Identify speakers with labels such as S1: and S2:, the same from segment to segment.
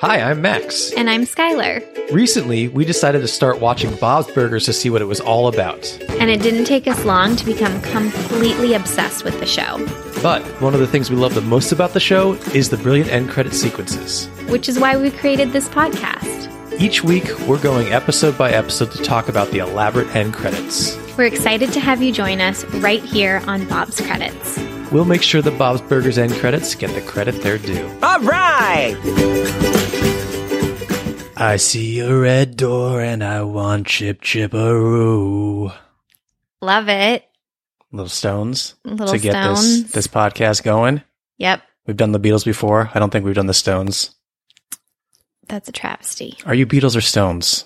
S1: Hi, I'm Max.
S2: And I'm Skylar.
S1: Recently, we decided to start watching Bob's Burgers to see what it was all about.
S2: And it didn't take us long to become completely obsessed with the show,
S1: But one of the things we love the most about the show is the brilliant end credit sequences.
S2: which is why we created this podcast.
S1: Each week, we're going episode by episode to talk about the elaborate end credits.
S2: We're excited to have you join us right here on Bob's Credits.
S1: We'll make sure that Bob's Burgers end credits get the credit they're due.
S3: All right.
S1: I see a red door and I want chip chipperoo.
S2: Love it.
S1: Little stones
S2: Little
S1: to get
S2: stones.
S1: this this podcast going.
S2: Yep,
S1: We've done the Beatles before. I don't think we've done the Stones.
S2: that's a travesty.
S1: Are you Beatles or Stones?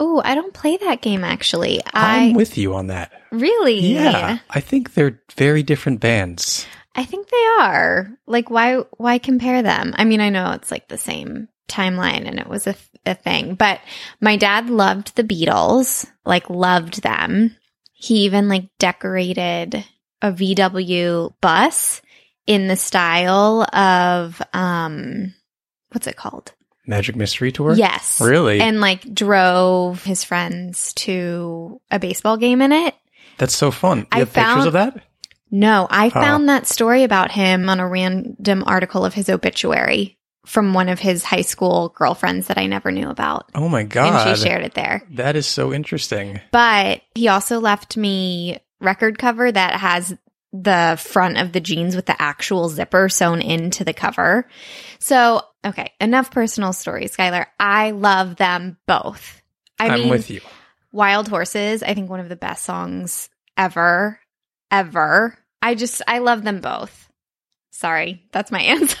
S2: Oh, I don't play that game actually. I
S1: I'm with you on that.
S2: really,
S1: Yeah, I think they're very different bands.
S2: I think they are. Like, why? Why compare them? I mean, I know it's like the same timeline, and it was a, a thing. But my dad loved the Beatles. Like, loved them. He even like decorated a VW bus in the style of um, what's it called?
S1: Magic Mystery Tour.
S2: Yes,
S1: really.
S2: And like drove his friends to a baseball game in it.
S1: That's so fun. You
S2: I
S1: have pictures
S2: found-
S1: of that?
S2: No, I
S1: Huh.
S2: found that story about him on a random article of his obituary from one of his high school girlfriends that I never knew about.
S1: Oh my god!
S2: And she shared it there.
S1: That is so interesting.
S2: But he also left me record cover that has the front of the jeans with the actual zipper sewn into the cover. So, okay, enough personal stories, Skylar. I love them both. I
S1: am
S2: mean,
S1: with you.
S2: Wild Horses, I think one of the best songs ever, ever. I just, I love them both. Sorry, that's my answer.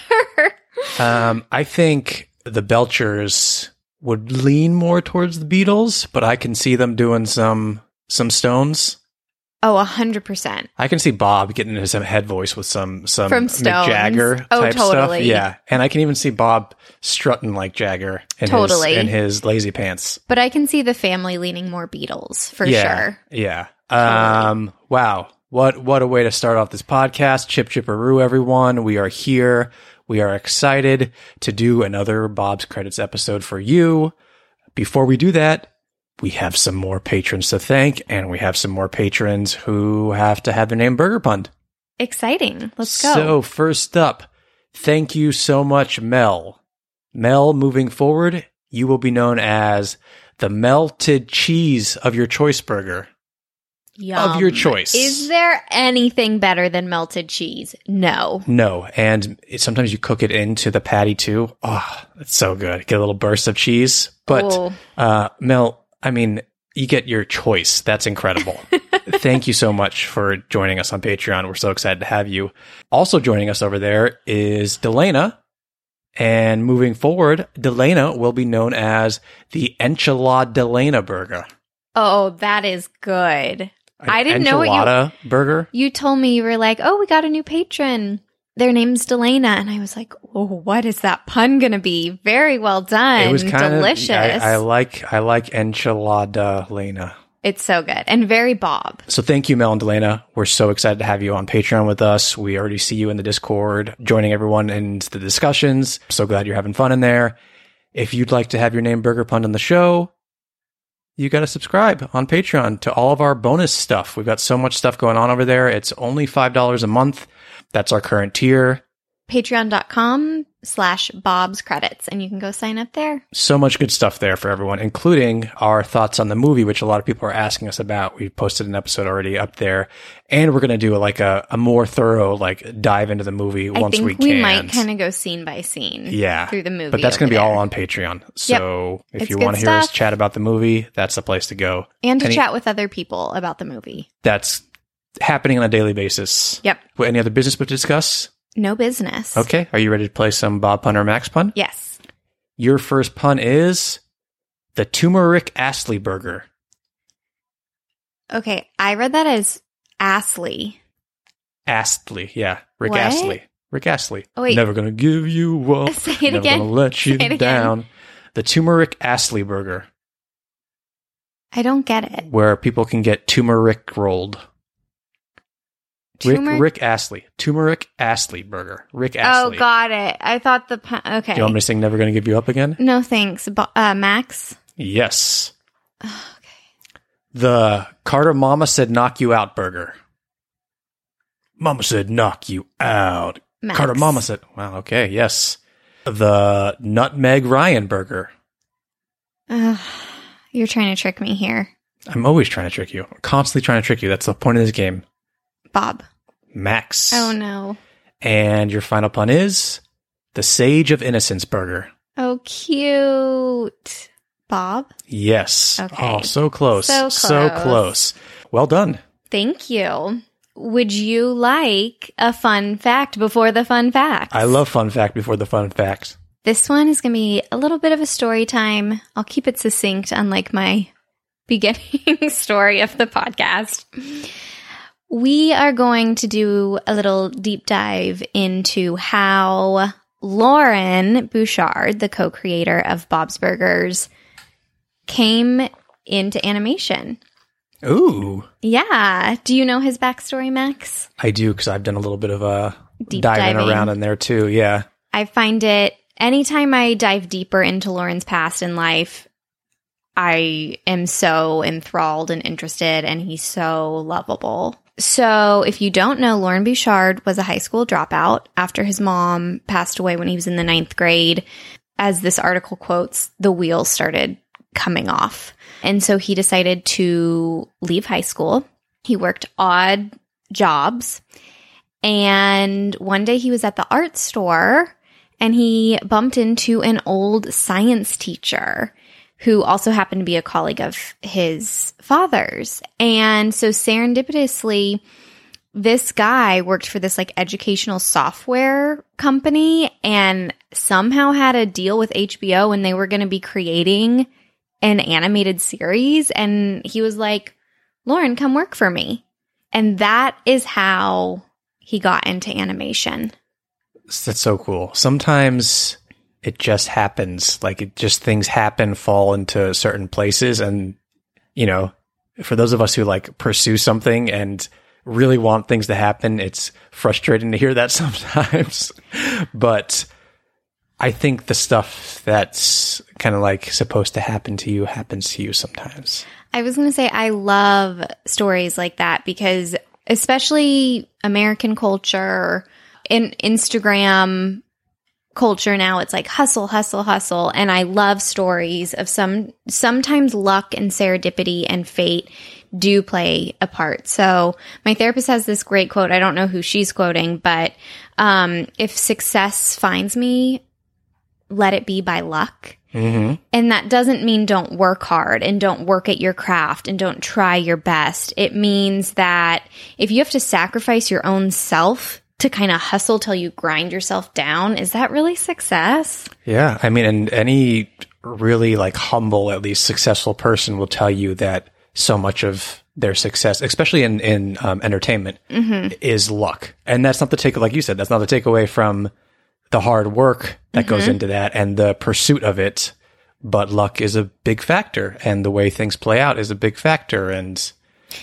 S1: Um, I think the Belchers would lean more towards the Beatles, but I can see them doing some some Stones.
S2: oh, 100%.
S1: I can see Bob getting into some head voice with some some
S2: From
S1: Mick
S2: Stones.
S1: Jagger
S2: Oh,
S1: type stuff.
S2: totally.
S1: Yeah, and I can even see Bob strutting like Jagger in
S2: Totally.
S1: his, in his lazy pants.
S2: But I can see the family leaning more Beatles for
S1: yeah,
S2: sure.
S1: Yeah. Um. Wow. What what a way to start off this podcast. Chip chipperoo, everyone. We are here. We are excited to do another Bob's credits episode for you. Before we do that, we have some more patrons to thank, and we have some more patrons who have to have their name burger punned.
S2: Exciting. Let's go.
S1: So first up, thank you so much, Mel. Mel, moving forward, you will be known as the melted cheese of your choice burger. of your
S2: Yum.
S1: choice.
S2: Is there anything better than melted cheese? No.
S1: No, and it- sometimes you cook it into the patty too. Oh, that's so good. Get a little burst of cheese. But
S2: Oh.
S1: uh, Mel, I mean, you get your choice. That's incredible. Thank you so much for joining us on Patreon. We're so excited to have you. Also joining us over there is Delana. And moving forward, Delana will be known as the Enchilada Delana burger.
S2: Oh, that is good. I didn't know what you-
S1: enchilada burger.
S2: You told me you were like, oh, we got a new patron. Their name's Delana. And I was like, oh, what is that pun going to be? Very well done.
S1: It was kind
S2: delicious.
S1: of I, I like I like enchilada Lena.
S2: it's so good and very Bob.
S1: So thank you, Mel and Delana. We're so excited to have you on Patreon with us. We already see you in the Discord, joining everyone in the discussions. So glad you're having fun in there. If you'd like to have your name burger punned on the show, you got to subscribe on Patreon to all of our bonus stuff. We've got so much stuff going on over there. It's only $5 a month. That's our current tier.
S2: patreon.com slash Bob's credits and you can go sign up there.
S1: So much good stuff there for everyone, including our thoughts on the movie, which a lot of people are asking us about. We've posted an episode already up there, and we're going to do like a, a more thorough like dive into the movie
S2: I
S1: once
S2: think
S1: we
S2: we,
S1: can.
S2: might kind of go scene by scene
S1: yeah,
S2: through the movie.
S1: but that's
S2: over
S1: going to be all
S2: there.
S1: on Patreon. So if
S2: It's
S1: you
S2: good
S1: want to hear us
S2: stuff.
S1: chat about the movie, that's the place to go.
S2: And to
S1: Any-
S2: chat with other people about the movie.
S1: That's happening on a daily basis.
S2: Yep.
S1: Well, Any other business to discuss?
S2: No business.
S1: Okay, are you ready to play some Bob pun or Max pun?
S2: Yes.
S1: Your first pun is the turmeric Astley burger.
S2: Okay. I read that as Astley.
S1: Astley, yeah, Rick
S2: What?
S1: Astley. Rick Astley.
S2: Oh, wait.
S1: Never gonna give you up.
S2: Say it
S1: Never
S2: again.
S1: gonna let you
S2: Say it again.
S1: down. The turmeric Astley burger,
S2: I don't get it.
S1: where people can get turmeric rolled. Rick,
S2: Turmeric-
S1: Rick Astley, turmeric Astley burger. Rick Astley.
S2: Oh, got it. I thought the pun. Okay.
S1: Do you want me to sing "Never Gonna Give You Up" again?
S2: no, thanks. Bo- uh, Max?
S1: Yes.
S2: Ugh, Oh, okay.
S1: The Carter Mama said knock you out burger. Mama said knock you out.
S2: Max.
S1: Carter Mama said, wow, okay, yes. The Nutmeg Ryan burger.
S2: Ugh, you're trying to trick me here,
S1: I'm always trying to trick you. I'm constantly trying to trick you. That's the point of this game.
S2: Bob.
S1: Max.
S2: Oh, no.
S1: And your final pun is the Sage of Innocence burger.
S2: Oh, cute. Bob,
S1: Yes.
S2: Okay.
S1: Oh, so close.
S2: So
S1: So
S2: close.
S1: close. Well done.
S2: thank you. Would you like a fun fact before the fun fact?
S1: I love fun fact before the fun fact.
S2: This one is going to be a little bit of a story time. I'll keep it succinct, unlike my beginning story of the podcast. We are going to do a little deep dive into how Lauren Bouchard, the co creator of Bob's Burgers, came into animation.
S1: Ooh.
S2: Yeah. Do you know his backstory, Max?
S1: I do because I've done a little bit of a
S2: Deep
S1: diving,
S2: diving.
S1: around in there too. Yeah.
S2: I find it anytime I dive deeper into Lauren's past and life, I am so enthralled and interested, and he's so lovable. So, if you don't know, Lauren Bouchard was a high school dropout after his mom passed away when he was in the ninth grade. As this article quotes, the wheels started coming off. And so he decided to leave high school. He worked odd jobs and one day he was at the art store and he bumped into an old science teacher who also happened to be a colleague of his father's. And so serendipitously, this guy worked for this like educational software company and somehow had a deal with HBO and they were going to be creating an animated series. And he was like, Lauren, come work for me. And that is how he got into animation.
S1: That's so cool. Sometimes it just happens. Like it just things happen, fall into certain places, and you know, for those of us who like pursue something and really want things to happen, it's frustrating to hear that sometimes. but I think the stuff that's kind of like supposed to happen to you happens to you sometimes.
S2: I was going to say, I love stories like that because, especially American culture, in Instagram culture now, it's like hustle, hustle, hustle. And I love stories of some, sometimes luck and serendipity and fate do play a part. So my therapist has this great quote. I don't know who she's quoting, but um, if success finds me, let it be by luck.
S1: Mm-hmm.
S2: And that doesn't mean don't work hard and don't work at your craft and don't try your best. It means that if you have to sacrifice your own self to kind of hustle till you grind yourself down, is that really success?
S1: Yeah, I mean, and any really like humble, at least successful person will tell you that so much of their success, especially in in um, entertainment,
S2: Mm-hmm.
S1: is luck. And that's not the take, like you said, that's not the takeaway from the hard work that
S2: Mm-hmm.
S1: goes into that and the pursuit of it. But luck is a big factor, and the way things play out is a big factor. And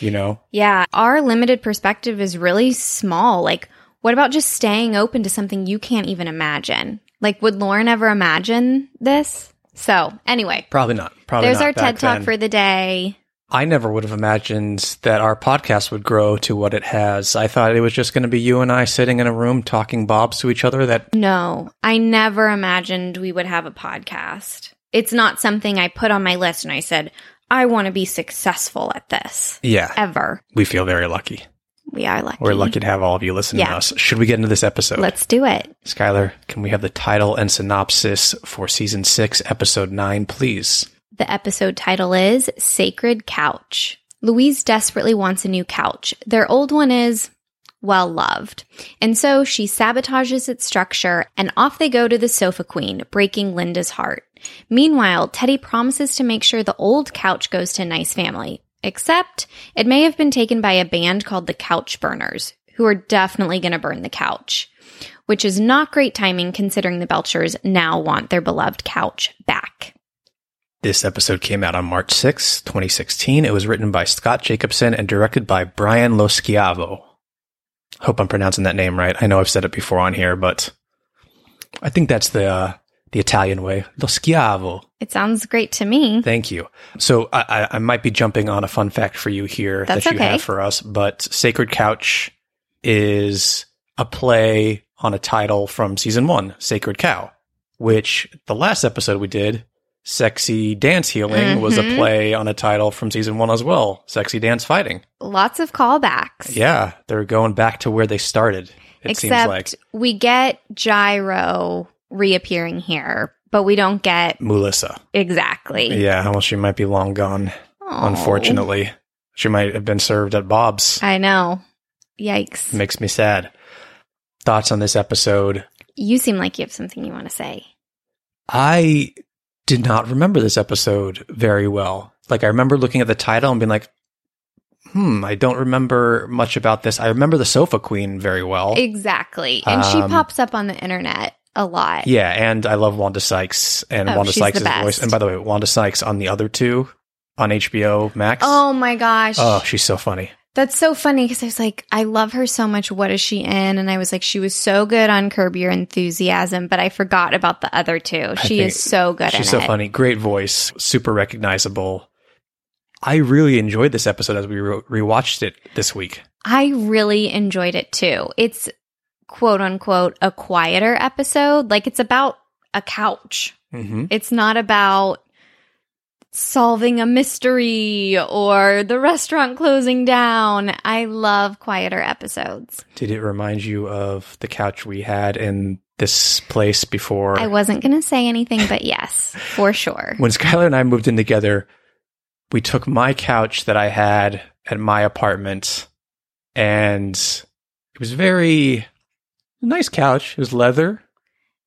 S1: you know,
S2: Yeah. Our limited perspective is really small. Like, what about just staying open to something you can't even imagine? Like, would Lauren ever imagine this? So, anyway,
S1: probably not. Probably
S2: there's
S1: not
S2: our
S1: back
S2: TED Talk
S1: then.
S2: for the day.
S1: I never would have imagined that our podcast would grow to what it has. I thought it was just going to be you and I sitting in a room talking bobs to each other. That
S2: No, I never imagined we would have a podcast. It's not something I put on my list and I said, I want to be successful at this
S1: yeah,
S2: ever.
S1: we feel very lucky.
S2: We are lucky.
S1: We're lucky to have all of you listening to
S2: Yeah.
S1: us. Should we get into this episode?
S2: Let's do it.
S1: Skylar, can we have the title and synopsis for season six, episode nine, please?
S2: The episode title is Sacred Couch. Louise desperately wants a new couch. Their old one is well loved. And so she sabotages its structure and off they go to the sofa queen, breaking Linda's heart. Meanwhile, Teddy promises to make sure the old couch goes to Nice Family, except it may have been taken by a band called the Couch Burners, who are definitely going to burn the couch which is not great timing considering the Belchers now want their beloved couch back.
S1: This episode came out on March sixth, 2016. It was written by Scott Jacobson and directed by Brian Loschiavo. Hope I'm pronouncing that name right. I know I've said it before on here, but I think that's the uh, the Italian way. Loschiavo.
S2: It sounds great to me.
S1: Thank you. So I, I, I might be jumping on a fun fact for you here
S2: That's
S1: that you
S2: okay.
S1: have for us, but Sacred Couch is a play on a title from season one, Sacred Cow, which the last episode we did, Sexy Dance Healing, was a
S2: Mhm.
S1: play on a title from season one as well, Sexy Dance Fighting.
S2: Lots of callbacks.
S1: Yeah, they're going back to where they started. It seems
S2: Except
S1: like
S2: we get Gyro reappearing here, but we don't get
S1: Melissa.
S2: exactly.
S1: Yeah, well, she might be long gone.
S2: Oh.
S1: Unfortunately, she might have been served at Bob's.
S2: I know. Yikes.
S1: makes me sad. Thoughts on this episode?
S2: You seem like you have something you want to say.
S1: I did not remember this episode very well. Like I remember looking at the title and being like, "Hmm, I don't remember much about this." I remember the Sofa Queen very well.
S2: Exactly. And she
S1: Oh. Um,
S2: pops up on the internet a lot.
S1: yeah, and I love Wanda Sykes and
S2: Oh,
S1: Wanda
S2: she's the
S1: Sykes'
S2: best.
S1: voice. And by the way, Wanda Sykes on the other two on HBO Max.
S2: Oh my gosh.
S1: Oh, she's so funny.
S2: That's so funny because I was like, I love her so much. What is she in? And I was like, she was so good on Curb Your Enthusiasm, but I forgot about the other two. She
S1: think
S2: is so good.
S1: She's so
S2: in it.
S1: funny. Great voice, super recognizable. I really enjoyed this episode as we re- rewatched it this week.
S2: I really enjoyed it too. It's quote unquote a quieter episode. Like it's about a couch.
S1: Mm-hmm.
S2: It's not about solving a mystery or the restaurant closing down. I love quieter episodes.
S1: Did it remind you of the couch we had in this place before?
S2: I wasn't going to say anything, but yes, for sure.
S1: when Skylar and I moved in together, we took my couch that I had at my apartment, and it was very nice couch. It was leather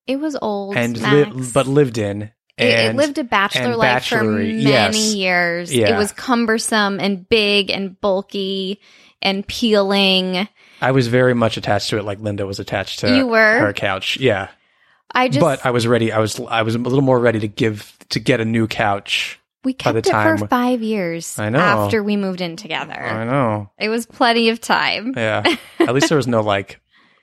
S2: It was old
S1: and
S2: Max.
S1: li- but lived in.
S2: It- it,
S1: And
S2: lived a bachelor
S1: and
S2: life for
S1: bachelory,
S2: many
S1: yes.
S2: years. It
S1: Yeah.
S2: was cumbersome and big and bulky and peeling.
S1: I was very much attached to it, like Linda was attached to
S2: You were?
S1: her couch. Yeah,
S2: I just
S1: but I was ready. I was I was a little more ready to give to get a new couch.
S2: we
S1: by
S2: kept
S1: the
S2: it for
S1: time-
S2: five years.
S1: I know.
S2: after we moved in
S1: I
S2: together,
S1: know.
S2: it was plenty of time.
S1: Yeah. At least there was no like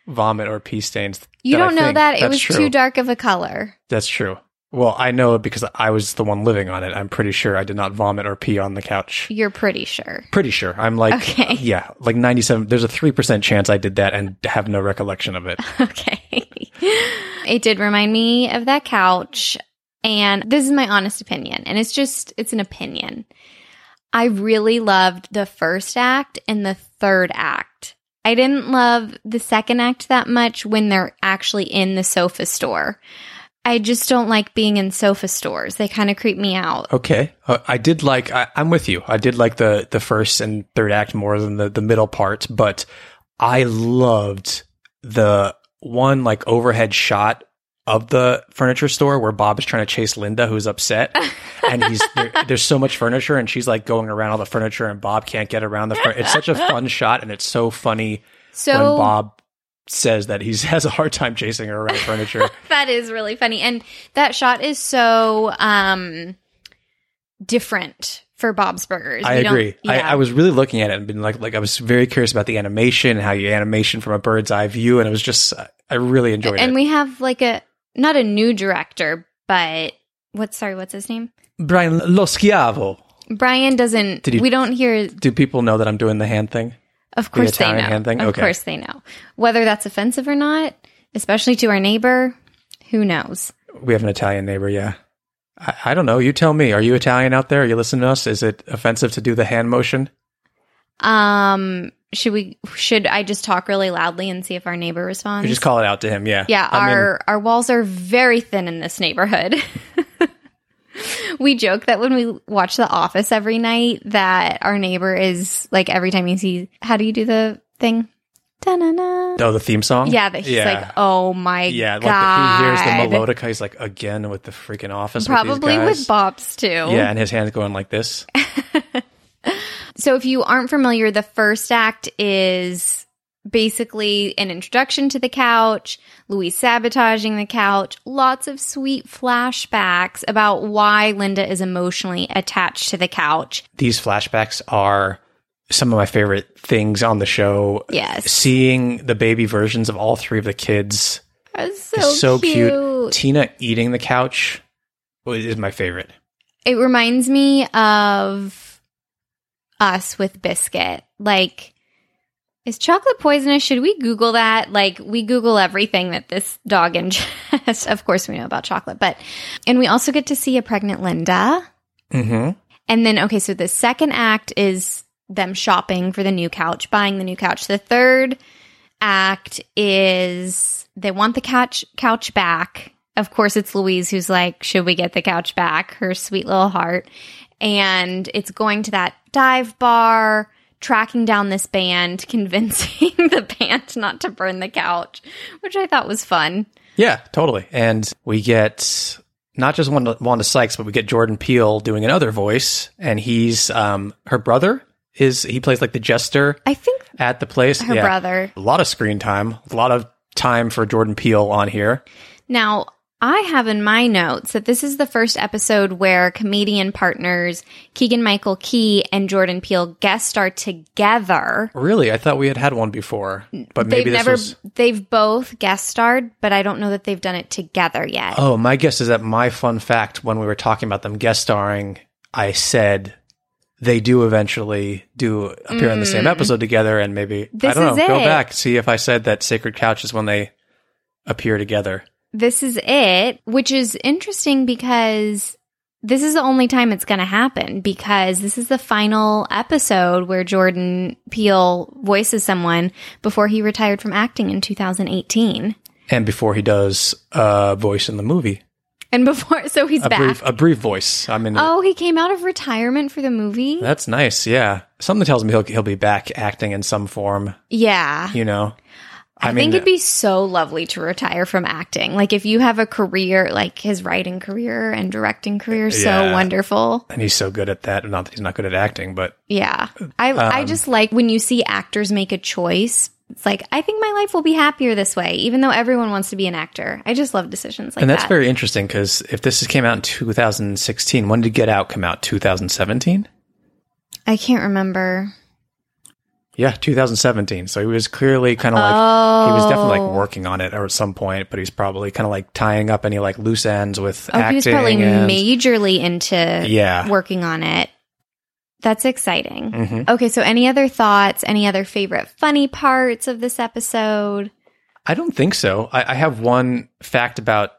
S1: vomit or pee stains.
S2: You
S1: that I
S2: don't know
S1: think-
S2: that it
S1: that's
S2: was
S1: true.
S2: too dark of a color.
S1: That's true. Well, I know it because I was the one living on it. I'm pretty sure I did not vomit or pee on the couch.
S2: You're pretty sure.
S1: Pretty sure. I'm like,
S2: Okay.
S1: yeah, like 97. There's a 3% chance I did that and have no recollection of it.
S2: Okay. it did remind me of that couch. And this is my honest opinion. And it's just, it's an opinion. I really loved the first act and the third act. I didn't love the second act that much when they're actually in the sofa store. I just don't like being in sofa stores. They kind of creep me out.
S1: Okay. Uh, I did like, I, I'm with you. I did like the, the first and third act more than the, the middle part, but I loved the one like overhead shot of the furniture store where Bob is trying to chase Linda, who's upset. And he's, there, there's so much furniture and she's like going around all the furniture and Bob can't get around the furniture. It's such a fun shot and it's so funny when
S2: So
S1: Bob says that he has a hard time chasing her around furniture.
S2: that is really funny and that shot is so um different for bob's burgers
S1: I
S2: We don't-
S1: agree. I,
S2: yeah.
S1: I was really looking at it and been like, like I was very curious about the animation and how you animation from a bird's eye view, and it was just, I really enjoyed
S2: and
S1: it.
S2: we have like a not a new director but what sorry what's his name
S1: Brian Loschiavo.
S2: Brian doesn't.
S1: Did you-
S2: we don't hear.
S1: Do people know that I'm doing the hand thing?
S2: Of course they
S1: Italian
S2: know.
S1: hand thing?
S2: Of
S1: Okay.
S2: course they know whether that's offensive or not, especially to our neighbor. Who knows?
S1: We have an Italian neighbor, yeah. I, I don't know. You tell me. Are you Italian out there? Are you listening to us? Is it offensive to do the hand motion?
S2: Um, should we? Should I just talk really loudly and see if our neighbor responds?
S1: You just call it out to him, yeah.
S2: Yeah,
S1: I mean,
S2: our our walls are very thin in this neighborhood. we joke that when we watch The Office every night, that our neighbor is like every time he sees. How do you do the thing? Da-na-na.
S1: oh, the theme song?
S2: Yeah, that he's like, oh my
S1: yeah, like the,
S2: god.
S1: he hears the melodica. He's like, again with the freaking office. with,
S2: Probably
S1: these guys.
S2: with bops too.
S1: Yeah, and his hand's going like this.
S2: So, if you aren't familiar, the first act is basically an introduction to the couch, Louise sabotaging the couch, lots of sweet flashbacks about why Linda is emotionally attached to the couch.
S1: These flashbacks are some of my favorite things on the show.
S2: Yes.
S1: Seeing the baby versions of all three of the kids
S2: It's so,
S1: is so
S2: cute.
S1: cute. Tina eating the couch is my favorite.
S2: It reminds me of us with Biscuit. Like, is chocolate poisonous? Should we Google that? Like, we Google everything that this dog ingests. of course, we know about chocolate, but, and we also get to see a pregnant Linda.
S1: Mm-hmm.
S2: And then, okay, so the second act is them shopping for the new couch, buying the new couch. The third act is they want the couch couch back. Of course, it's Louise who's like, "Should we get the couch back?" Her sweet little heart, and it's going to that dive bar, tracking down this band, convincing the band not to burn the couch, which I thought was fun.
S1: Yeah, totally. And we get not just Wanda, Wanda Sykes, but we get Jordan Peele doing another voice, and he's um her brother. Is he plays like the jester
S2: I think
S1: at the place?
S2: her
S1: Yeah.
S2: brother.
S1: A lot of screen time. A lot of time for Jordan Peele on here.
S2: Now, I have in my notes that this is the first episode where comedian partners Keegan Michael Key and Jordan Peele guest star together.
S1: Really, I thought we had had one before, but maybe
S2: they've
S1: this
S2: never
S1: was.
S2: they've both guest starred, but I don't know that they've done it together yet.
S1: Oh, my guess is that my fun fact when we were talking about them guest starring, I said they do eventually do appear in the same episode together, and maybe I
S2: Mm. This
S1: don't
S2: is
S1: know. Go
S2: it.
S1: back see if I said that Sacred Couch is when they appear together.
S2: This is it, which is interesting because this is the only time it's going to happen because this is the final episode where Jordan Peele voices someone before he retired from acting in 2018.
S1: And before he does a voice in the movie,
S2: And before, so he's
S1: a
S2: back.
S1: brief a brief voice. I mean,
S2: Oh, he came out of retirement for the movie?
S1: that's nice. Yeah, something tells me he'll he'll be back acting in some form.
S2: yeah.
S1: You know,
S2: I, think
S1: uh,
S2: it'd be so lovely to retire from acting. Like, if you have a career, like his writing career and directing career, is so
S1: Yeah.
S2: wonderful.
S1: and he's so good at that. Not that he's not good at acting, but
S2: Yeah. I,
S1: Um,
S2: I just like when you see actors make a choice. It's like, I think my life will be happier this way, even though everyone wants to be an actor. I just love decisions like
S1: and that's
S2: that.
S1: very interesting because if this came out in 2016, when did Get Out come out? 2017.
S2: I can't remember.
S1: Yeah, 2017. So he was clearly kind of like he was definitely like
S2: Oh.
S1: working on it or at some point, but he's probably kind of like tying up any like loose ends with
S2: Oh,
S1: acting.
S2: he was probably
S1: and-
S2: majorly into
S1: Yeah.
S2: working on it. That's exciting.
S1: Mhm.
S2: Okay, so any other thoughts? Any other favorite funny parts of this episode?
S1: I don't think so. I, I have one fact about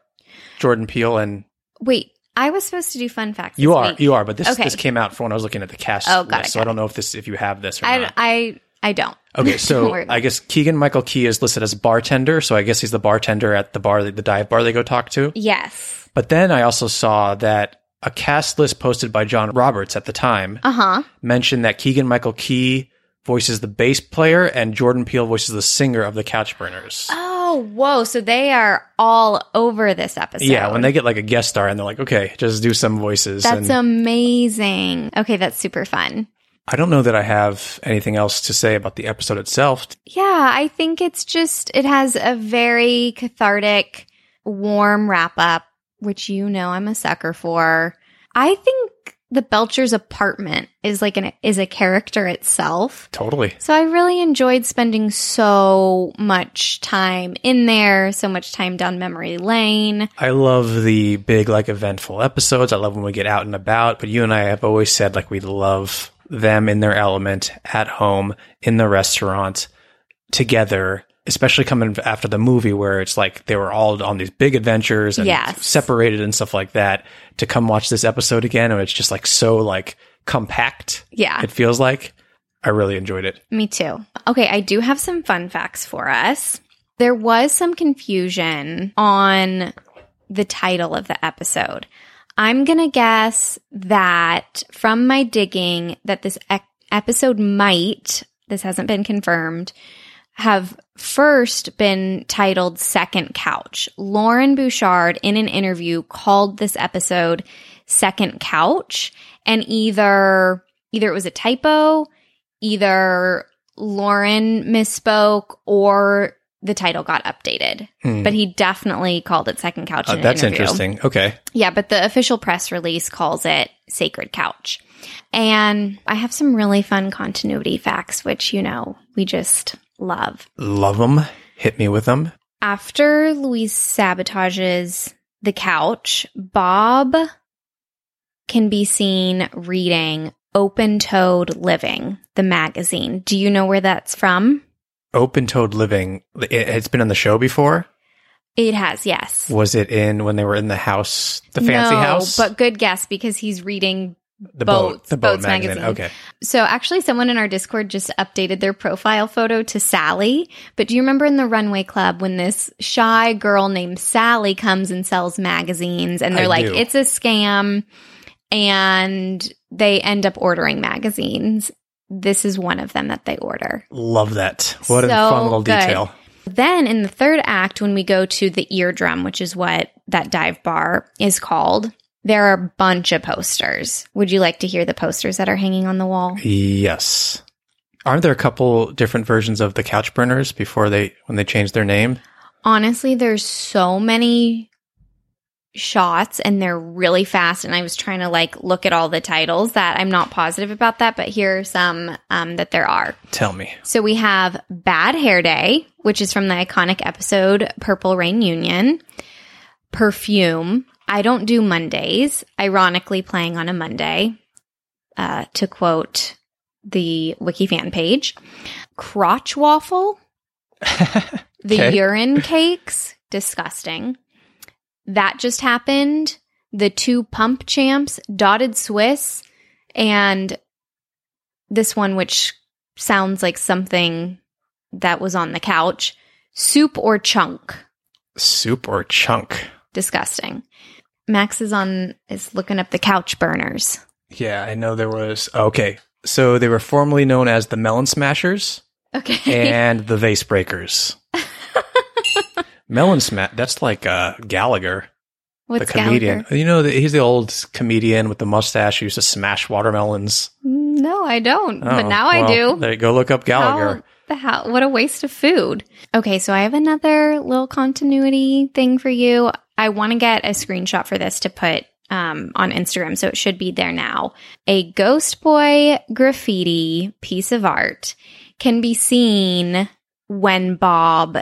S1: Jordan Peele, and
S2: Wait, I was supposed to do fun facts.
S1: you
S2: this
S1: are
S2: week.
S1: you are, but this
S2: Okay.
S1: this came out for when I was looking at the cast.
S2: Oh, got it,
S1: list, so
S2: got
S1: I don't know if this if you have this or
S2: I,
S1: not.
S2: I I don't.
S1: Okay,
S2: Don't
S1: so
S2: worry about
S1: I guess Keegan Michael Key is listed as bartender, so I guess he's the bartender at the bar, the dive bar they go talk to.
S2: it. Yes.
S1: But then I also saw that a cast list posted by John Roberts at the time
S2: Uh huh.
S1: mentioned that Keegan Michael Key voices the bass player and Jordan Peele voices the singer of the Couch Burners.
S2: Oh, whoa! So they are all over this episode.
S1: yeah, when they get like a guest star and they're like, okay, just do some voices.
S2: That's um,
S1: and
S2: amazing. Okay, that's super fun.
S1: I don't know that I have anything else to say about the episode itself.
S2: Yeah, I think it's just, it has a very cathartic, warm wrap up, which you know I'm a sucker for. I think
S4: the Belcher's apartment is like an is a character itself.
S1: Totally.
S4: So I really enjoyed spending so much time in there, so much time down memory lane.
S1: I love the big, like, eventful episodes. I love when we get out and about, but you and I have always said, like, we love them in their element at home, in the restaurant, together, especially coming after the movie where it's like they were all on these big adventures and
S4: Yes.
S1: separated and stuff like that to come watch this episode again. And it's just like so, like, compact,
S4: Yeah.
S1: it feels like. I really enjoyed it.
S4: Me too. Okay, I do have some fun facts for us. There was some confusion on the title of the episode. I'm going to guess that from my digging that this ec- episode might, this hasn't been confirmed, have first been titled Second Couch. Lauren Bouchard in an interview called this episode Second Couch and either either it was a typo
S2: either Lauren misspoke or the title got updated.
S1: Hmm.
S2: But he definitely called it Second Couch.
S1: Uh,
S2: in an
S1: that's
S2: interview.
S1: interesting. Okay.
S2: Yeah, but the official press release calls it Sacred Couch. And I have some really fun continuity facts, which, you know, we just love.
S1: Love them. Hit me with them.
S2: After Louise sabotages the couch, Bob can be seen reading Open Toed Living, the magazine. Do you know where that's from?
S1: Open toed living. It- It's been on the show before.
S2: It has, yes.
S1: Was it in when they were in the house, the fancy
S2: No,
S1: house,
S2: But good guess because he's reading.
S1: the
S2: Boats-
S1: the boat
S2: Boats
S1: magazine?
S2: magazine.
S1: Okay,
S2: So actually, someone in our Discord just updated their profile photo to Sally. But do you remember in the Runway Club when this shy girl named Sally comes and sells magazines and they're
S1: I
S2: like,
S1: do.
S2: it's a scam. And they end up ordering magazines. This is one of them that they order.
S1: love that. What a
S2: So
S1: fun little
S2: good.
S1: detail.
S2: Then in the third act, when we go to the eardrum, which is what that dive bar is called, there are a bunch of posters. Would you like to hear the posters that are hanging on the wall?
S1: Yes. Aren't there a couple different versions of the couch burners before they when they changed their name?
S2: Honestly, there's so many shots and they're really fast. And I was trying to like look at all the titles that I'm not positive about that, but here are some um, that there are.
S1: Tell me.
S2: So we have Bad Hair Day, which is from the iconic episode Purple Rain Union, Perfume, I Don't Do Mondays, ironically playing on a Monday, uh, to quote the wiki fan page, Crotch Waffle, The
S1: Okay.
S2: Urine Cakes, disgusting. That just happened. The two pump champs, Dotted Swiss, and this one, which sounds like something that was on the couch. Soup or chunk?
S1: Soup or chunk?
S2: Disgusting. Max is on is looking up the couch burners.
S1: Yeah, I know there was. Okay, so they were formerly known as the Melon Smashers
S2: Okay.
S1: and the Vase Breakers. melon Smash. That's like uh, Gallagher.
S2: What's
S1: the comedian.
S2: Gallagher?
S1: You know, the, he's the old comedian with the mustache who used to smash watermelons.
S2: No, I don't. but
S1: Oh,
S2: now
S1: well,
S2: I do.
S1: There you go. Look up Gallagher.
S2: How, how, what a waste of food. Okay, so I have another little continuity thing for you. I want to get a screenshot for this to put um, on Instagram, so it should be there now. A ghost boy graffiti piece of art can be seen when Bob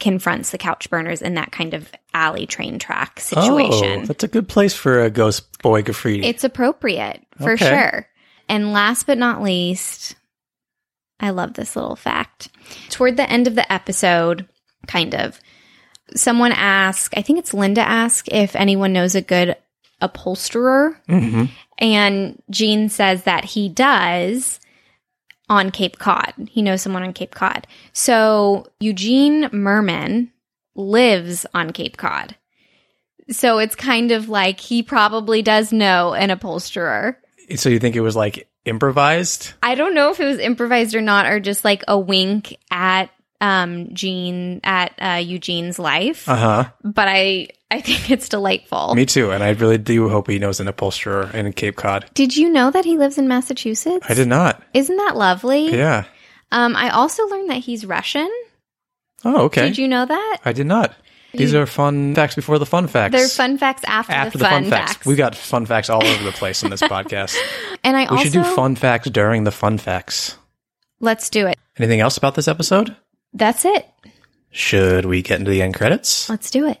S2: confronts the couch burners in that kind of alley train track situation.
S1: Oh, that's a good place for a ghost boy graffiti.
S2: It's appropriate for
S1: Okay.
S2: sure. And last but not least, I love this little fact. Toward the end of the episode, kind of, someone asked, I think it's Linda asked if anyone knows a good upholsterer.
S1: hmm
S2: And Gene says that he does on Cape Cod. He knows someone on Cape Cod. So Eugene Merman lives on Cape Cod. So it's kind of like he probably does know an upholsterer.
S1: So you think it was like improvised?
S2: I don't know if it was improvised or not, or just like a wink at um Gene at uh, Eugene's life.
S1: Uh huh.
S2: but I I think it's delightful.
S1: Me too. And I really do hope he knows an upholsterer in Cape Cod.
S2: Did you know that he lives in Massachusetts?
S1: I did not.
S2: Isn't that lovely?
S1: Yeah.
S2: Um, I also learned that he's Russian.
S1: Oh, okay.
S2: Did you know that?
S1: I did not. These are fun facts before the fun facts.
S3: They're fun facts after,
S1: after
S3: the, fun, facts.
S1: We've got fun facts all over the place in this podcast.
S3: and I
S1: We
S3: also
S1: should do fun facts during the fun facts.
S3: let's do it.
S1: Anything else about this episode?
S3: That's it.
S1: Should we get into the end credits?
S3: Let's do it.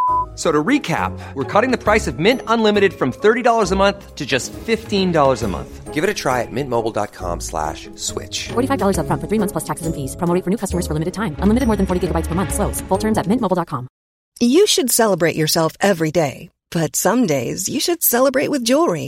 S5: So to recap, we're cutting the price of Mint Unlimited from $30 a month to just $15 a month. Give it a try at mintmobile.com slash switch.
S6: $45 upfront for three months plus taxes and fees. Promo rate for new customers for limited time. Unlimited more than 40 gigabytes per month. Slows. Full terms at mintmobile.com.
S7: You should celebrate yourself every day, but some days you should celebrate with jewelry.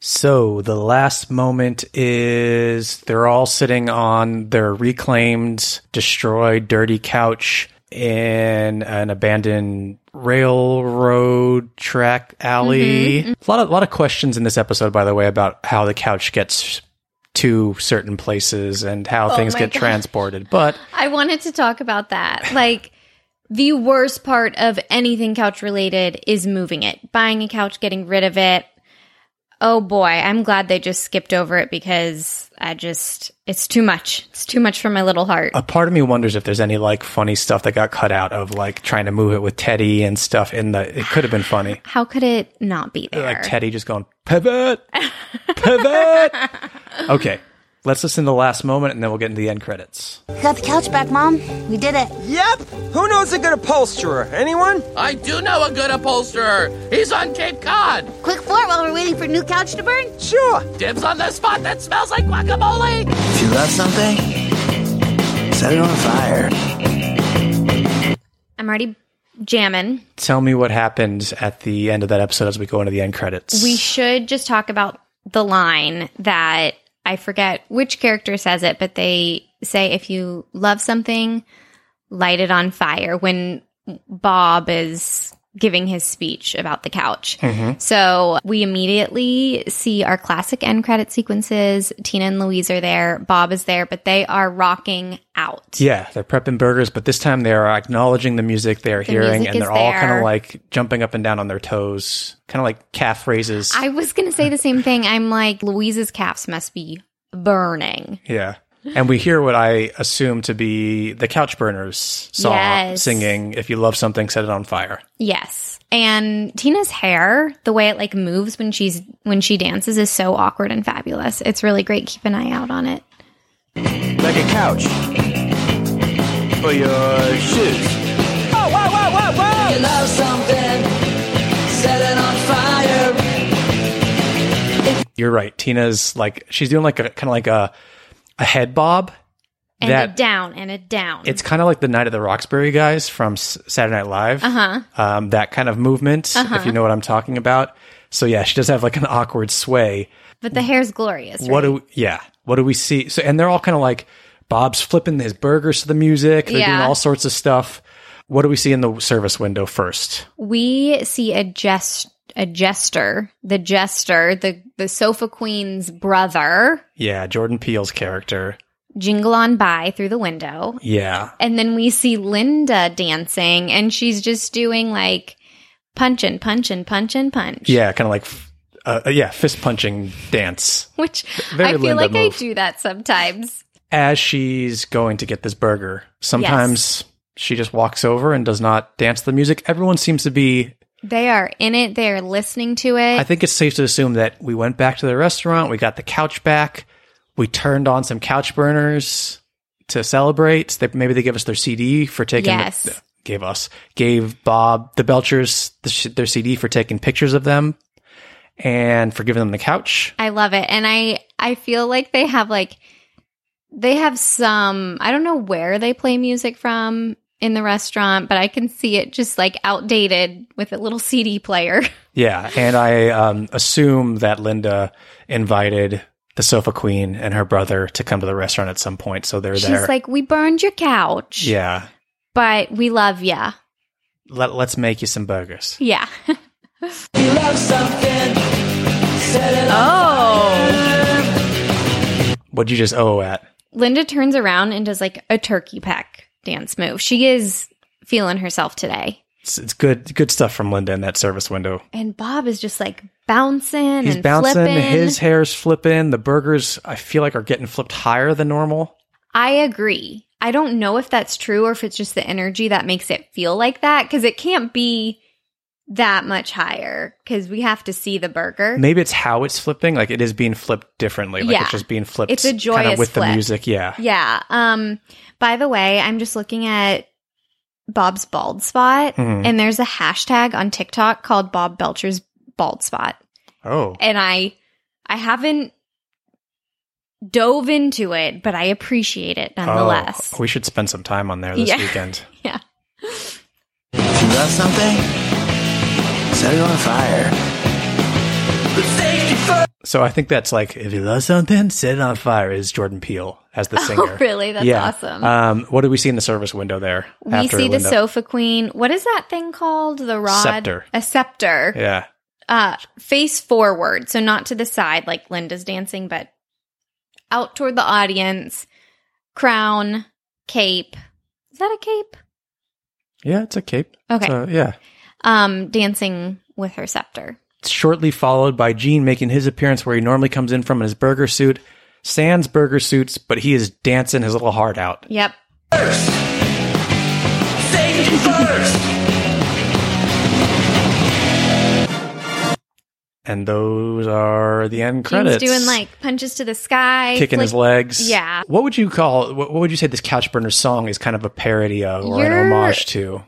S1: So the last moment is they're all sitting on their reclaimed, destroyed, dirty couch in an abandoned railroad track alley.
S2: Mm-hmm.
S1: A lot of lot of questions in this episode, by the way, about how the couch gets to certain places and how things
S2: Oh my
S1: get
S2: God.
S1: transported. But
S2: I wanted to talk about that. Like the worst part of anything couch related is moving it, buying a couch, getting rid of it. Oh boy, I'm glad they just skipped over it because I just it's too much. It's too much for my little heart.
S1: a part of me wonders if there's any like funny stuff that got cut out of like trying to move it with Teddy and stuff in the it could have been funny.
S2: How could it not be there?
S1: Like Teddy just going, pivot, pivot. okay, let's listen to the last moment and then we'll get into the end credits.
S8: Got the couch back, Mom. We did it.
S9: Yep. Who knows a good upholsterer? Anyone?
S10: I do know a good upholsterer. He's on Cape Cod.
S8: Quick fort while we're waiting for new couch to burn.
S9: Sure.
S10: Dibs on the spot that smells like guacamole.
S9: If you love something, set it on fire.
S2: I'm already jamming.
S1: Tell me what happens at the end of that episode as we go into the end credits.
S2: We should just talk about the line that I forget which character says it, but they say if you love something, light it on fire when Bob is giving his speech about the couch. So we immediately see our classic end credit sequences. Tina and Louise are there, Bob is there, but they are rocking out.
S1: yeah, they're prepping burgers, but this time they are acknowledging the music they are hearing
S2: music
S1: and
S2: is
S1: they're all kind
S2: there.
S1: of like jumping up and down on their toes, kind of like calf raises.
S2: I was going to say the same thing. I'm like, Louise's calves must be burning.
S1: yeah. And we hear what I assume to be the Couch Burners song
S2: Yes.
S1: singing, If You Love Something, Set It on Fire.
S2: Yes. And Tina's hair, the way it like moves when she's when she dances is so awkward and fabulous. It's really great. Keep an eye out on it.
S9: Like a couch. For your shoes. Whoa, whoa, whoa, whoa, whoa! You love something, set it on fire.
S1: You're right. Tina's like she's doing like a kind of like a a head bob.
S2: And a
S1: that
S2: down and a down.
S1: it's kind of like the Night of the Roxbury guys from S- Saturday Night Live.
S2: Uh-huh.
S1: Uh huh. Um, that kind of movement, if you know what I'm talking about. So yeah, she does have like an awkward sway.
S2: but the hair's glorious.
S1: What
S2: right?
S1: do we, yeah? What do we see? So and they're all kind of like Bob's flipping his burgers to the music. They're
S2: Yeah.
S1: doing all sorts of stuff. What do we see in the service window first?
S2: We see a jest a jester, the jester, the the sofa queen's brother,
S1: Yeah, Jordan Peele's character.
S2: jingle on by through the window.
S1: Yeah.
S2: And then we see Linda dancing and she's just doing like punch and punch and punch and punch.
S1: Yeah, kind of like, f- uh, uh, yeah, fist punching dance.
S2: Which
S1: Very
S2: I feel
S1: Linda
S2: like
S1: move.
S2: I do that sometimes.
S1: As she's going to get this burger, sometimes she just walks over and does not dance to the music. Everyone seems to be
S2: They are in it, they are listening to it.
S1: I think it's safe to assume that we went back to the restaurant, we got the couch back, we turned on some couch burners to celebrate. They, maybe they gave us their CD for taking.
S2: Yes.
S1: gave us gave Bob the Belchers the, sh- their CD for taking pictures of them, and for giving them the couch.
S2: I love it. And I I feel like they have like they have some I don't know where they play music from in the restaurant, but I can see it just like outdated with a little CD player.
S1: Yeah, and I um, assume that Linda invited the sofa queen and her brother to come to the restaurant at some point, so they're
S2: She's
S1: there.
S2: like, "We burned your couch,
S1: yeah,
S2: but we love ya."
S1: Let, let's make you some burgers.
S2: Yeah.
S1: What'd you just oh at?
S2: Linda turns around and does like a turkey peck dance move. She is feeling herself today.
S1: it's, it's good good stuff from Linda in that service window.
S2: And Bob is just like bouncing
S1: He's
S2: and
S1: bouncing,
S2: flipping.
S1: his hair's flipping, the burgers I feel like are getting flipped higher than normal.
S2: I agree. I don't know if that's true or if it's just the energy that makes it feel like that because it can't be that much higher because we have to see the burger.
S1: Maybe it's how it's flipping, like it is being flipped differently. Like
S2: Yeah.
S1: it's just being flipped
S2: It's a
S1: kinda
S2: joyous
S1: with the
S2: flip.
S1: music. Yeah.
S2: Yeah. Um. By the way, I'm just looking at Bob's bald spot,
S1: Mhm.
S2: and there's a hashtag on TikTok called Bob Belcher's bald spot,
S1: Oh.
S2: and I, I haven't dove into it, but I appreciate it nonetheless.
S1: Oh, we should spend some time on there this
S2: Yeah.
S1: weekend.
S2: Yeah.
S11: If you love something, set it on fire. But safety first.
S1: So I think that's like if you love something, set it on fire is Jordan Peele as the singer.
S2: Oh, really? That's
S1: yeah.
S2: awesome.
S1: Um, what do we see in the service window there?
S2: we
S1: after
S2: see the
S1: Linda?
S2: sofa queen. What is that thing called? The rod?
S1: Scepter.
S2: A scepter.
S1: Yeah.
S2: Uh, face forward. So not to the side like Linda's dancing, but out toward the audience. Crown, cape. Is that a cape?
S1: Yeah, it's a cape.
S2: Okay.
S1: So, yeah.
S2: Um, dancing with her scepter.
S1: shortly followed by Gene making his appearance where he normally comes in from in his burger suit. Sans burger suits, but he is dancing his little heart out.
S2: Yep.
S11: Safety first.
S1: And those are the end
S2: Gene's
S1: credits.
S2: doing like punches to the sky.
S1: kicking his
S2: flick-
S1: legs.
S2: Yeah.
S1: What would you call? What, what would you say this couch burner song is kind of a parody of or an
S2: You're-
S1: homage to?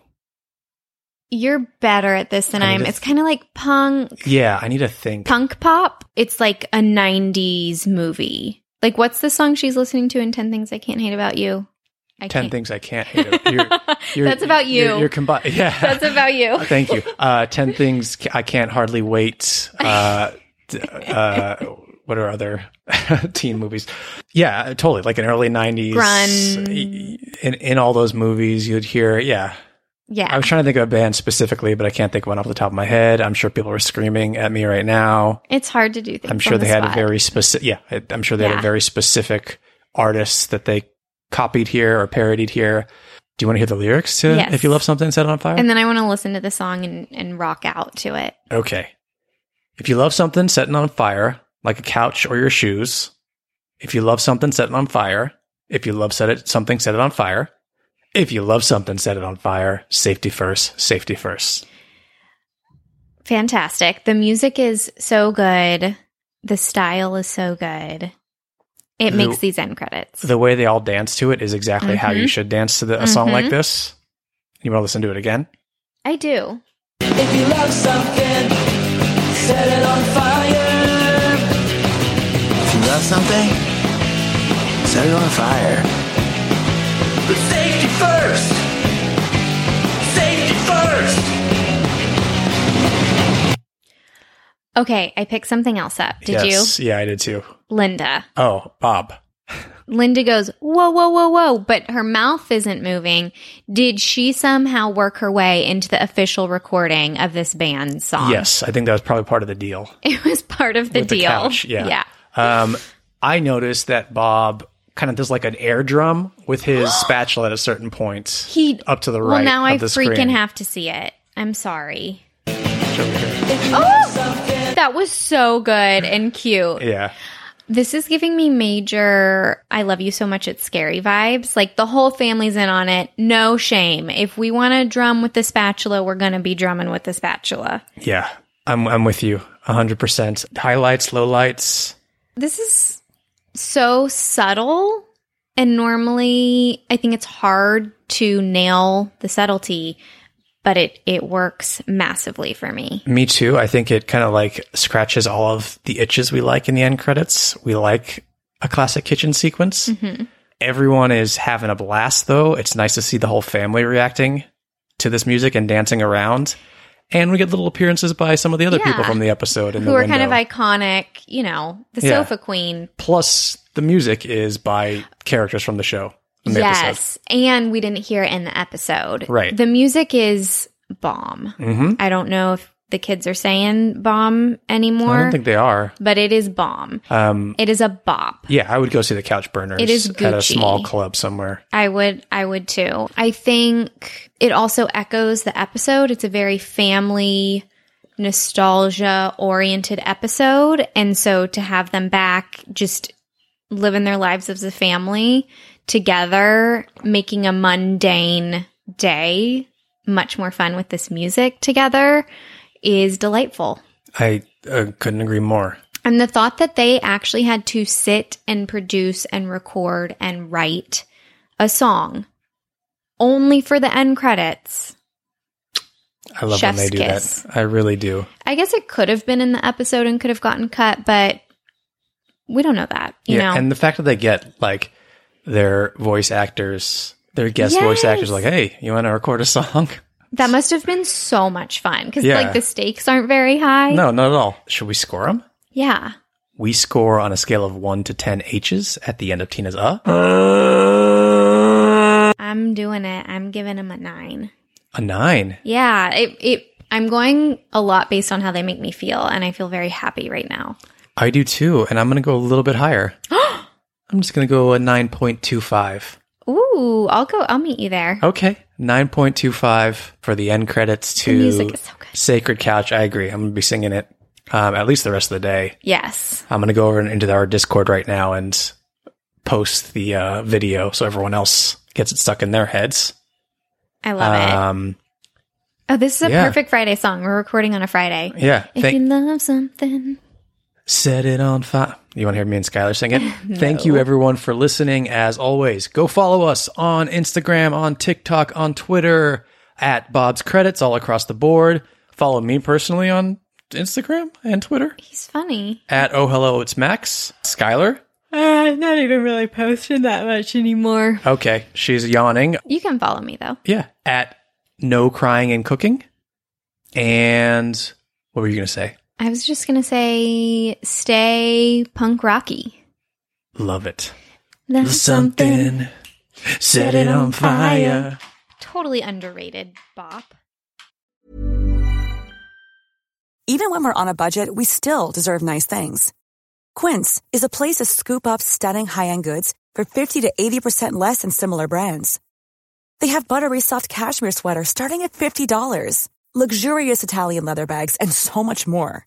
S2: You're better at this than
S1: I
S2: I
S1: need
S2: am.
S1: to-
S2: It's kind of like punk.
S1: Yeah, I need to think.
S2: punk pop. It's like a 90s movie. Like, what's the song she's listening to in 10 Things I Can't Hate About You? I
S1: 10
S2: can't-
S1: things I can't hate. About. You're, you're,
S2: That's about you.
S1: You're, you're combi- Yeah.
S2: That's about you.
S1: Thank you. Uh, 10 things ca- I can't hardly wait. Uh, d- uh, what are other teen movies? Yeah, uh, totally. Like an early 90s.
S2: Grunge.
S1: In, in all those movies, you'd hear, yeah. I
S2: Yeah.
S1: was trying to think of a band specifically, but I can't think of one off the top of my head. I'm sure people are screaming at me right now.
S2: It's hard to do things.
S1: I'm sure
S2: on the
S1: they had a
S2: spot.
S1: very specific, yeah, I- I'm sure they had a
S2: Yeah.
S1: very specific artist that they copied here or parodied here. Do you want to hear the lyrics to
S2: Yes.
S1: If You Love Something, Set It On Fire?
S2: And then I want to listen to the song and, and rock out to it.
S1: Okay. If you love something, setting on fire, like a couch or your shoes. If you love something, set it on fire. If you love set it something, set it on fire. If you love something, set it on fire. Safety first. Safety first.
S2: Fantastic. The music is so good. The style is so good. It
S1: The-
S2: makes these end credits.
S1: The way they all dance to it is exactly how you
S2: Mhm.
S1: should dance to the, a song like
S2: Mhm.
S1: this. You want to listen to it again?
S2: I do.
S11: If you love something, set it on fire. If you love something, set it on fire. But safety first. Safety first.
S2: Okay, I picked something else up. Did
S1: yes. you? Yeah, I did too.
S2: you? Linda.
S1: Oh, Bob.
S2: Linda goes, whoa, whoa, whoa, whoa, but her mouth isn't moving. Did she somehow work her way into the official recording of this band's song?
S1: Yes, I think that was probably part of the deal.
S2: It was part of the
S1: With
S2: deal.
S1: The couch. Yeah.
S2: Yeah.
S1: Um, I noticed that Bob kind of does like an air drum with his spatula at a certain point.
S2: He-
S1: up to the
S2: Well,
S1: right.
S2: now
S1: of
S2: I
S1: the
S2: freaking
S1: screen.
S2: have to see it. I'm sorry.
S12: Oh!
S2: That was so good and cute.
S1: Yeah.
S2: This is giving me major I love you so much it's scary vibes. Like the whole family's in on it. No shame. If we want to drum with the spatula, we're going to be drumming with the spatula.
S1: Yeah. I'm I'm with you 100%. Highlights, lowlights.
S2: This is so subtle and normally I think it's hard to nail the subtlety, but it it works massively for me.
S1: Me too. I think it kind of like scratches all of the itches we like in the end credits. We like a classic kitchen sequence.
S2: Mhm.
S1: Everyone is having a blast though. It's nice to see the whole family reacting to this music and dancing around. And we get little appearances by some of the other people
S2: Yeah.
S1: from the episode in
S2: Who
S1: the
S2: are
S1: window.
S2: kind of iconic, you know, the
S1: Yeah.
S2: sofa queen
S1: Plus the music is by characters from the show. from the episode.
S2: Yes, and we didn't hear it in the episode.
S1: Right.
S2: The music is bomb.
S1: Mhm.
S2: I don't know if the kids are saying bomb anymore,
S1: I don't think they are.
S2: but it is bomb.
S1: Um,
S2: It is a bop.
S1: yeah, I would go see the Couch Burners
S2: It is
S1: at a
S2: Gucci.
S1: small club somewhere.
S2: I would I would too. I think it also echoes the episode. It's a very family nostalgia oriented episode and so to have them back just living their lives as a family together, making a mundane day much more fun with this music together is delightful.
S1: I uh, couldn't agree more.
S2: And the thought that they actually had to sit and produce and record and write a song only for the end credits.
S1: I love when they
S2: Chef's
S1: do
S2: kiss.
S1: that. I really do.
S2: I guess it could have been in the episode and could have gotten cut, but we don't know that. You know,
S1: and the fact that they get like their voice actors, their guest voice
S2: Yes.
S1: actors, like, hey, you want to record a song?
S2: that must have been so much fun because
S1: Yeah.
S2: like the stakes aren't very high.
S1: no, not at all. Should we score them?
S2: Yeah.
S1: We score on a scale of one to ten H's at the end of Tina's uh.
S2: I'm doing it. I'm giving him a nine.
S1: A nine.
S2: Yeah. It, it, I'm going a lot based on how they make me feel, and I feel very happy right now.
S1: I do too, and I'm gonna go a little bit higher. I'm just gonna go a nine point two five.
S2: Ooh, I'll go. I'll meet you there.
S1: Okay. 9.25 for the end credits to
S2: music is so
S1: Sacred Couch. I agree. I'm going to be singing it um, at least the rest of the day.
S2: Yes.
S1: I'm going to go over and- into our Discord right now and post the uh, video so everyone else gets it stuck in their heads.
S2: I love it.
S1: um,
S2: Oh, this is a
S1: yeah.
S2: perfect Friday song. We're recording on a Friday.
S1: Yeah.
S2: If
S1: Thank-
S2: you love something,
S1: Set it on fire. You want to hear me and Skylar sing it? Thank you, everyone, for listening. As always, go follow us on Instagram, on TikTok, on Twitter, at Bob's Credits, all across the board. Follow me personally on Instagram and Twitter.
S2: he's funny.
S1: at oh hello it's max skylar
S2: Uh, not even really posting that much anymore.
S1: okay she's yawning
S2: You can follow me though.
S1: yeah at no crying and cooking and what were you gonna say
S2: I was just gonna say, stay punk rocky.
S1: love it
S2: That's something
S1: set it on fire
S2: totally underrated bop.
S13: Even when we're on a budget, we still deserve nice things. Quince is a place to scoop up stunning high-end goods for 50 to 80% less than similar brands. They have buttery soft cashmere sweaters starting at $50, luxurious Italian leather bags, and so much more.